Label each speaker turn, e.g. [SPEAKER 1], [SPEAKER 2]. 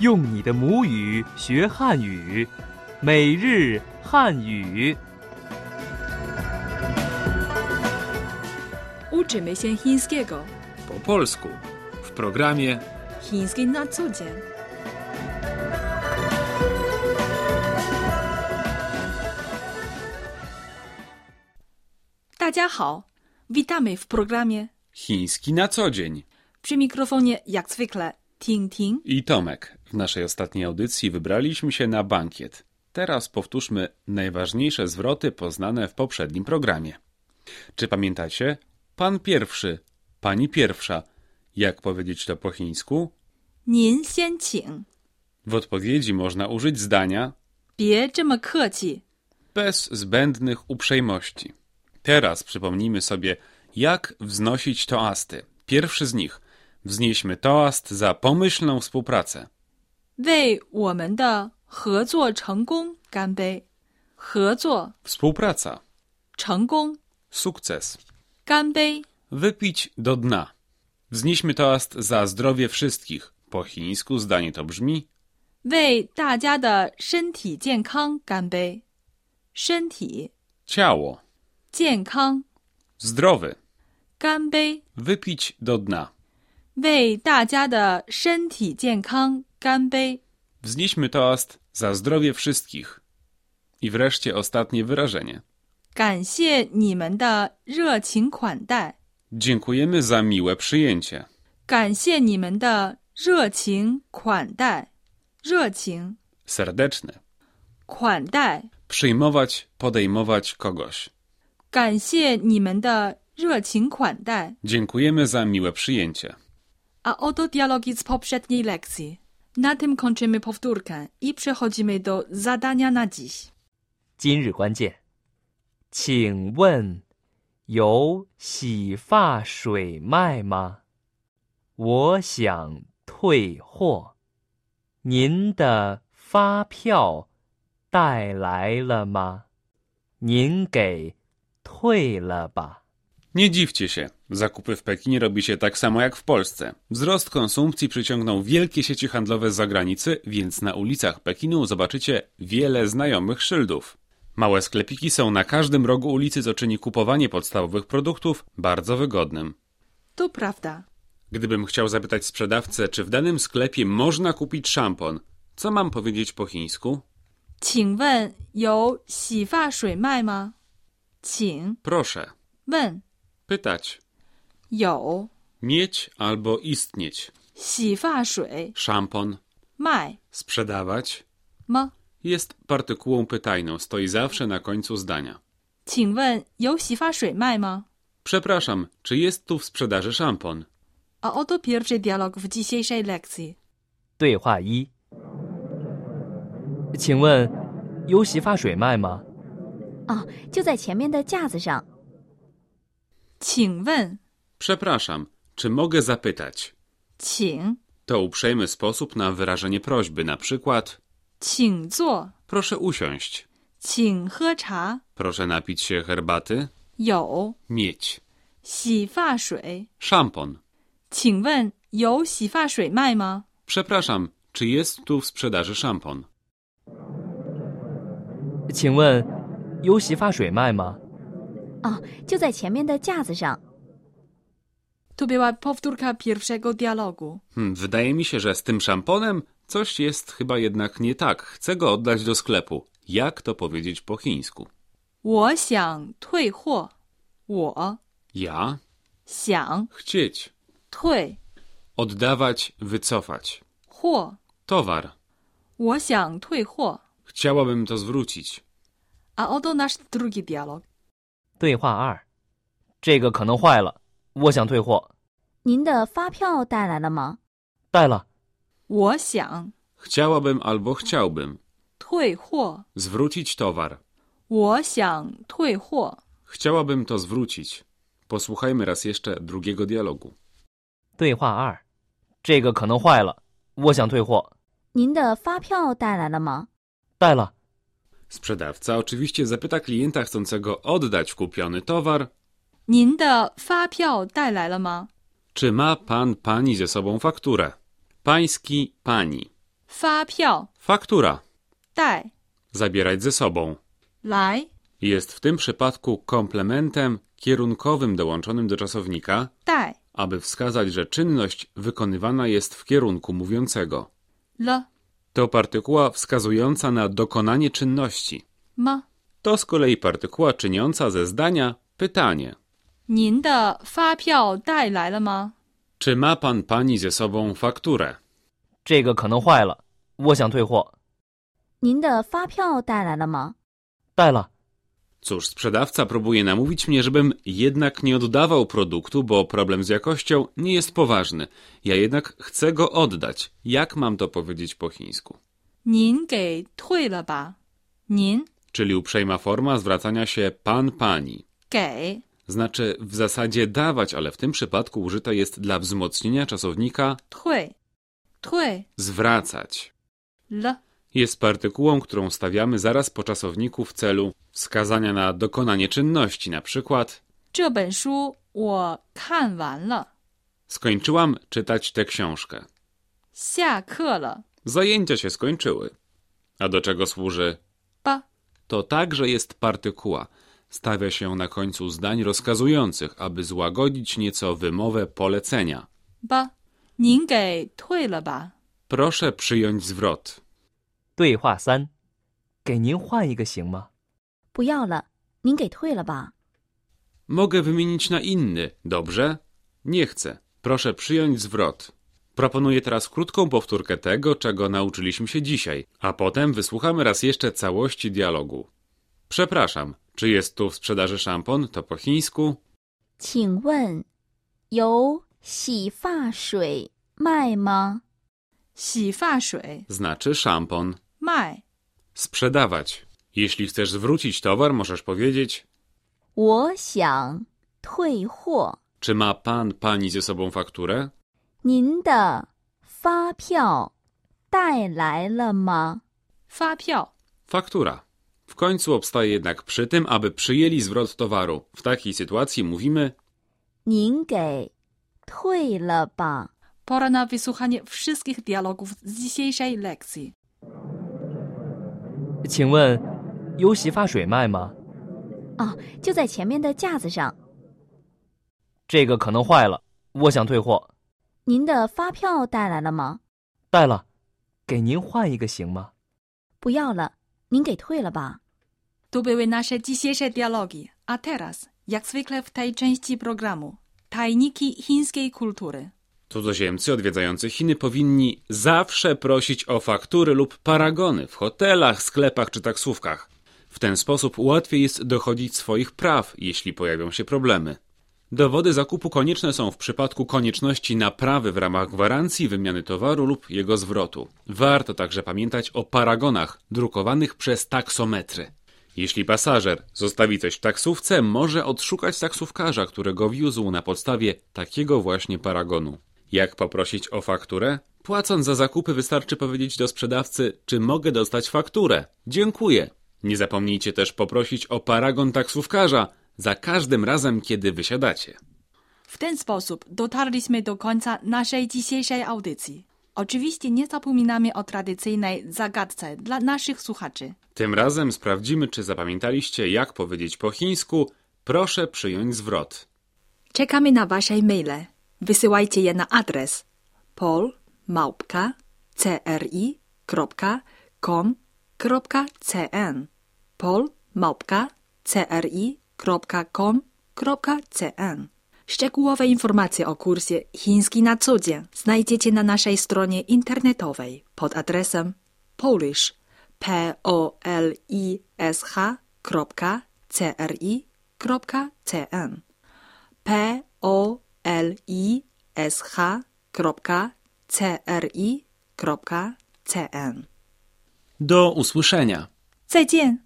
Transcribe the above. [SPEAKER 1] 用你的母语学汉语，每日汉语。
[SPEAKER 2] Uczymy się chińskiego.
[SPEAKER 3] po polsku w programie
[SPEAKER 2] Chiński na co dzień. Hao, witamy w programie.
[SPEAKER 3] Chiński na co dzień.
[SPEAKER 2] Przy mikrofonie jak zwykle Ting Ting.
[SPEAKER 3] I Tomek, w naszej ostatniej audycji wybraliśmy się na bankiet. Teraz powtórzmy najważniejsze zwroty poznane w poprzednim programie. Czy pamiętacie? Pan pierwszy, pani pierwsza. Jak powiedzieć to po chińsku?
[SPEAKER 2] 您先请，
[SPEAKER 3] W odpowiedzi można użyć zdania
[SPEAKER 2] 别这么客气。
[SPEAKER 3] bez zbędnych uprzejmości. Teraz przypomnijmy sobie, jak wznosić toasty. Pierwszy z nich. Wznieśmy toast za pomyślną współpracę.
[SPEAKER 2] 为我们的合作成功干杯！合作
[SPEAKER 3] Współpraca.
[SPEAKER 2] 成功，
[SPEAKER 3] Sukces.
[SPEAKER 2] 干杯！
[SPEAKER 3] Wypić do dna. Wznieśmy toast za zdrowie wszystkich. Po chińsku zdanie to brzmi
[SPEAKER 2] 为大家的身体健康干杯！身体
[SPEAKER 3] ciało,
[SPEAKER 2] 健康，
[SPEAKER 3] zdrowy.
[SPEAKER 2] 干杯！
[SPEAKER 3] Wypić do dna.
[SPEAKER 2] 为大家的身体健康干杯！
[SPEAKER 3] Wznieśmy toast za zdrowie wszystkich. I wreszcie ostatnie wyrażenie.
[SPEAKER 2] 感谢你们的热情款待，
[SPEAKER 3] Dziękujemy za miłe przyjęcie.
[SPEAKER 2] 感谢你们的热情款待，热情
[SPEAKER 3] Serdeczne.
[SPEAKER 2] 款待，
[SPEAKER 3] Przyjmować, podejmować kogoś.
[SPEAKER 2] 感谢你们的热情款待。
[SPEAKER 3] Dziękujemy za miłe przyjęcie.
[SPEAKER 2] A oto dialogi z poprzedniej lekcji. Na tym kończymy powtórkę i przechodzimy do zadania na dziś.
[SPEAKER 1] 今日关键，请问有洗发水卖吗？我想退货。您的发票带来了吗？您给退了吧。
[SPEAKER 3] Nie dziwcie się. Zakupy w Pekinie robi się tak samo jak w Polsce. Wzrost konsumpcji przyciągnął wielkie sieci handlowe z zagranicy, więc na ulicach Pekinu zobaczycie wiele znajomych szyldów. Małe sklepiki są na każdym rogu ulicy, co czyni kupowanie podstawowych produktów bardzo wygodnym.
[SPEAKER 2] To prawda.
[SPEAKER 3] Gdybym chciał zapytać sprzedawcę, czy w danym sklepie można kupić szampon, co mam powiedzieć po chińsku?
[SPEAKER 2] 请问有洗发水卖吗？请
[SPEAKER 3] Proszę,
[SPEAKER 2] 问
[SPEAKER 3] pytać,
[SPEAKER 2] 有
[SPEAKER 3] mieć albo istnieć.
[SPEAKER 2] 洗发水
[SPEAKER 3] Szampon,
[SPEAKER 2] 卖
[SPEAKER 3] sprzedawać
[SPEAKER 2] 吗？
[SPEAKER 3] jest partykułą pytajną, stoi zawsze na końcu zdania.
[SPEAKER 2] 请问有洗发水卖吗
[SPEAKER 3] Przepraszam, czy jest tu w sprzedaży szampon?
[SPEAKER 2] ？A oto pierwszy dialog w dzisiejszej lekcji.
[SPEAKER 1] 对话一，请问有洗发水卖吗？
[SPEAKER 4] 哦，就在前面的架子上。
[SPEAKER 2] 请问
[SPEAKER 3] Przepraszam, czy mogę zapytać?
[SPEAKER 2] 请
[SPEAKER 3] To uprzejmy sposób na wyrażenie prośby, na przykład
[SPEAKER 2] 请坐，
[SPEAKER 3] proszę usiąść,
[SPEAKER 2] 请喝茶。
[SPEAKER 3] proszę napić się herbaty,
[SPEAKER 2] 有
[SPEAKER 3] mieć,
[SPEAKER 2] 洗发水。
[SPEAKER 3] szampon.
[SPEAKER 2] 请问有洗发水卖吗？
[SPEAKER 3] Przepraszam, czy jest tu w sprzedaży szampon?
[SPEAKER 1] 请问有洗发水卖吗？
[SPEAKER 4] 哦，就在前面的架子上。
[SPEAKER 2] To była powtórka pierwszego dialogu.
[SPEAKER 3] Hmm, wydaje mi się, że z tym szamponem coś jest chyba jednak nie tak. Chcę go oddać do sklepu. Jak to powiedzieć po chińsku?
[SPEAKER 2] 我想退货。我
[SPEAKER 3] Ja
[SPEAKER 2] 想
[SPEAKER 3] chcieć.
[SPEAKER 2] 退
[SPEAKER 3] Oddawać, wycofać.
[SPEAKER 2] 货。
[SPEAKER 3] Towar.
[SPEAKER 2] 我想退货。啊哦
[SPEAKER 3] Chciałabym to zwrócić.
[SPEAKER 2] A oto nasz drugi dialog.
[SPEAKER 1] 对话二，这个可能坏了，我想退货。
[SPEAKER 4] 您的发票带来了吗？
[SPEAKER 1] 带了，
[SPEAKER 2] 我想
[SPEAKER 3] Chciałabym albo chciałbym.
[SPEAKER 2] 退货。
[SPEAKER 3] Zwrócić towar.
[SPEAKER 2] 我想退货。
[SPEAKER 3] Chciałabym to zwrócić. Posłuchajmy raz jeszcze drugiego dialogu.
[SPEAKER 1] 对话二，这个可能坏了，我想退货。
[SPEAKER 4] 您的发票带来了吗？
[SPEAKER 1] 带了，
[SPEAKER 3] Sprzedawca oczywiście zapyta klienta chcącego oddać kupiony towar,
[SPEAKER 2] 您的发票带来了吗？
[SPEAKER 3] czy ma pan pani ze sobą fakturę. Pański pani.
[SPEAKER 2] 发票
[SPEAKER 3] Faktura.
[SPEAKER 2] 带
[SPEAKER 3] Zabierać ze sobą.
[SPEAKER 2] 来
[SPEAKER 3] Jest w tym przypadku komplementem kierunkowym dołączonym do czasownika,
[SPEAKER 2] 带
[SPEAKER 3] aby wskazać, że czynność wykonywana jest w kierunku mówiącego.
[SPEAKER 2] 了
[SPEAKER 3] To partykuła wskazująca na dokonanie czynności.
[SPEAKER 2] 吗？
[SPEAKER 3] To z kolei partykuła czyniąca ze zdania pytanie.
[SPEAKER 2] 您的发票带来了吗？
[SPEAKER 3] Czy ma pan pani ze sobą fakturę?
[SPEAKER 1] 这个可能坏了，我想退货。
[SPEAKER 4] 您的发票带来了吗？
[SPEAKER 1] 带了，
[SPEAKER 3] Cóż, sprzedawca próbuje namówić mnie, żebym jednak nie oddawał produktu, bo problem z jakością nie jest poważny. Ja jednak chcę go oddać. Jak mam to powiedzieć po chińsku?
[SPEAKER 2] 您给退了吧？您
[SPEAKER 3] Czyli uprzejma forma zwracania się pan pani.
[SPEAKER 2] 给
[SPEAKER 3] Znaczy w zasadzie dawać, ale w tym przypadku użyta jest dla wzmocnienia czasownika
[SPEAKER 2] 退退
[SPEAKER 3] zwracać.
[SPEAKER 2] 了
[SPEAKER 3] Jest partykułą, którą stawiamy zaraz po czasowniku w celu wskazania na dokonanie czynności, na przykład
[SPEAKER 2] 这本书我看完了，
[SPEAKER 3] skończyłam czytać tę książkę.
[SPEAKER 2] 下课了。
[SPEAKER 3] Zajęcia się skończyły. A do czego służy?
[SPEAKER 2] 吧
[SPEAKER 3] To także jest partykuła. Stawia się na końcu zdań rozkazujących, aby złagodzić nieco wymowę polecenia.
[SPEAKER 2] 吧，您给退了吧？
[SPEAKER 3] Proszę przyjąć zwrot.
[SPEAKER 1] 对话三，给您换一个行吗？
[SPEAKER 4] 不要了，您给退了吧。
[SPEAKER 3] Mogę wymienić na inny, dobrze? Nie chcę. Proszę przyjąć zwrot. Proponuję teraz krótką powtórkę tego, czego nauczyliśmy się dzisiaj, a potem wysłuchamy raz jeszcze całości dialogu. Przepraszam, czy jest tu w sprzedaży szampon? To po chińsku.
[SPEAKER 4] 请问有洗发水卖吗？
[SPEAKER 2] 洗发水
[SPEAKER 3] Znaczy szampon.
[SPEAKER 2] 卖
[SPEAKER 3] Sprzedawać. Jeśli chcesz zwrócić towar, możesz powiedzieć,
[SPEAKER 4] 我想退货。
[SPEAKER 3] czy ma pan pani ze sobą fakturę?
[SPEAKER 4] 您的发票带来了吗？
[SPEAKER 2] 发票
[SPEAKER 3] Faktura. W końcu obstaje jednak przy tym, aby przyjęli zwrot towaru. W takiej sytuacji mówimy
[SPEAKER 4] 您给退了吧。
[SPEAKER 2] Pora na wysłuchanie wszystkich dialogów z dzisiejszej lekcji.
[SPEAKER 1] 请问有洗发水卖吗？
[SPEAKER 4] 哦，就在前面的架子上。
[SPEAKER 1] 这个可能坏了，我想退货。
[SPEAKER 4] 您的发票带来了吗？
[SPEAKER 1] 带了，给您换一个行吗？
[SPEAKER 4] 不要了，您给退了吧。
[SPEAKER 2] To były nasze dzisiejsze dialogi, a teraz, jak zwykle w tej części programu, tajniki chińskiej kultury.
[SPEAKER 3] Cudzoziemcy odwiedzający Chiny powinni zawsze prosić o faktury lub paragony w hotelach, sklepach czy taksówkach. W ten sposób łatwiej jest dochodzić swoich praw, jeśli pojawią się problemy. Dowody zakupu konieczne są w przypadku konieczności naprawy w ramach gwarancji wymiany towaru lub jego zwrotu. Warto także pamiętać o paragonach drukowanych przez taksometry. Jeśli pasażer zostawi coś w taksówce, może odszukać taksówkarza, którego wiózł na podstawie takiego właśnie paragonu. Jak poprosić o fakturę? Płacąc za zakupy wystarczy powiedzieć do sprzedawcy, czy mogę dostać fakturę. Dziękuję. Nie zapomnijcie też poprosić o paragon taksówkarza za każdym razem, kiedy wysiadacie.
[SPEAKER 2] W ten sposób dotarliśmy do końca naszej dzisiejszej audycji. Oczywiście nie zapominamy o tradycyjnej zagadce dla naszych słuchaczy.
[SPEAKER 3] Tym razem sprawdzimy, czy zapamiętaliście, jak powiedzieć po chińsku proszę przyjąć zwrot.
[SPEAKER 2] Czekamy na Wasze maile. Wysyłajcie je na adres polmałpka.cri.com.cn polmałpka.cri.com.cn Szczegółowe informacje o kursie Chiński na co dzień znajdziecie na naszej stronie internetowej pod adresem polish polish.cri.cn p o l i s h c r i c n。
[SPEAKER 3] Do usłyszenia.
[SPEAKER 2] 再见。